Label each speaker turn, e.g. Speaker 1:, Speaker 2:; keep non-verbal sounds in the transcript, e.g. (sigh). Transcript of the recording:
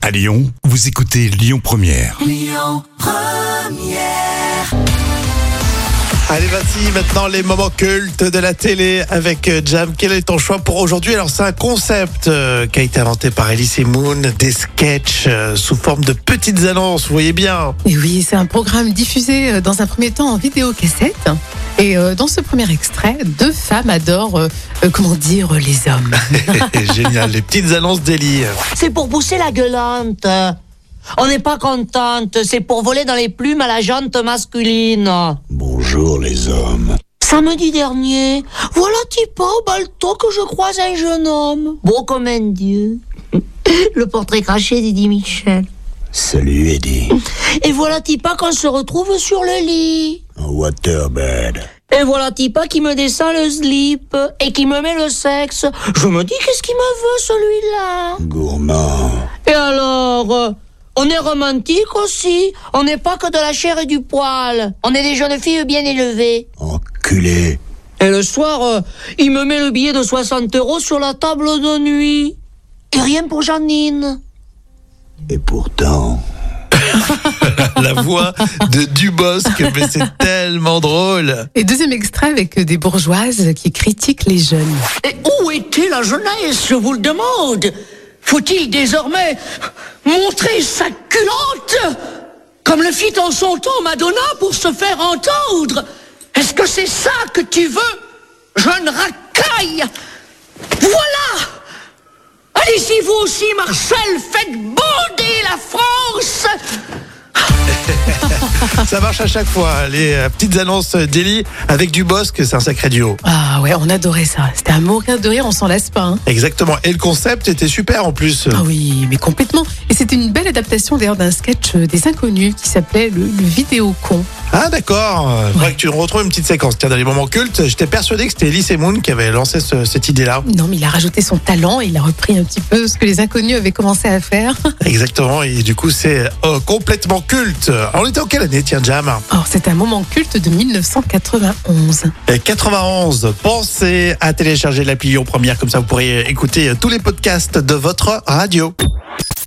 Speaker 1: À Lyon, vous écoutez Lyon Première.
Speaker 2: Allez, vas-y, maintenant les moments cultes de la télé avec euh, Jam. Quel est ton choix pour aujourd'hui Alors, c'est un concept euh, qui a été inventé par Elise Moon, des sketchs euh, sous forme de petites annonces, vous voyez bien.
Speaker 3: Et oui, c'est un programme diffusé euh, dans un premier temps en vidéocassette. Et euh, dans ce premier extrait, deux femmes adorent, euh, euh, comment dire, euh, les hommes.
Speaker 2: Génial, les petites annonces d'Elie.
Speaker 4: C'est pour pousser la gueulante. On n'est pas contente, c'est pour voler dans les plumes à la jante masculine.
Speaker 5: Bonjour les hommes.
Speaker 4: Samedi dernier, voilà Tipa au balto que je croise un jeune homme. Beau comme un dieu. (laughs) Le portrait craché d'Eddie Michel.
Speaker 5: Salut Eddie.
Speaker 4: Et voilà Tipa qu'on se retrouve sur le lit.
Speaker 5: En waterbed.
Speaker 4: Et voilà Tipa qui me descend le slip et qui me met le sexe. Je me dis qu'est-ce qu'il me veut celui-là
Speaker 5: Gourmand.
Speaker 4: Et alors euh, On est romantique aussi. On n'est pas que de la chair et du poil. On est des jeunes filles bien élevées.
Speaker 5: Enculé.
Speaker 4: Et le soir, euh, il me met le billet de 60 euros sur la table de nuit. Et rien pour Janine.
Speaker 5: Et pourtant,
Speaker 2: La voix de Dubosc, mais c'est tellement drôle.
Speaker 3: Et deuxième extrait avec euh, des bourgeoises qui critiquent les jeunes.
Speaker 4: Et où était la jeunesse, je vous le demande Faut-il désormais montrer sa culotte Comme le fit en son temps Madonna pour se faire entendre Est-ce que c'est ça que tu veux, jeune racaille Voilà Allez-y vous aussi, Marcel, faites bander la France
Speaker 2: Ça marche à chaque fois, les euh, petites annonces d'Elie avec Dubosc, c'est un sacré duo.
Speaker 3: Ah ouais, on adorait ça. C'était un mourir de rire, on s'en lasse pas.
Speaker 2: Mm.
Speaker 3: hein.
Speaker 2: Exactement, et le concept était super en plus. euh,
Speaker 3: Ah oui, mais complètement. Et c'était une belle adaptation d'ailleurs d'un sketch euh, des inconnus qui s'appelait le, le vidéo con.
Speaker 2: Ah d'accord, Euh, faudrait que tu retrouves une petite séquence. Tiens, dans les moments cultes, j'étais persuadé que c'était Elise Moon qui avait lancé ce- cette idée-là.
Speaker 3: Non, mais il a rajouté son talent, il a repris un petit peu ce que les inconnus avaient commencé à faire. (laughs)
Speaker 2: Exactement, et du coup c'est euh, complètement culte. On était en quelle année, tiens Jam
Speaker 3: Or, Oh, c'est un moment culte de 1991.
Speaker 2: Et 91, Euh, pensez à télécharger l'appli Lyon Première, comme ça vous pourrez écouter tous les podcasts de votre radio.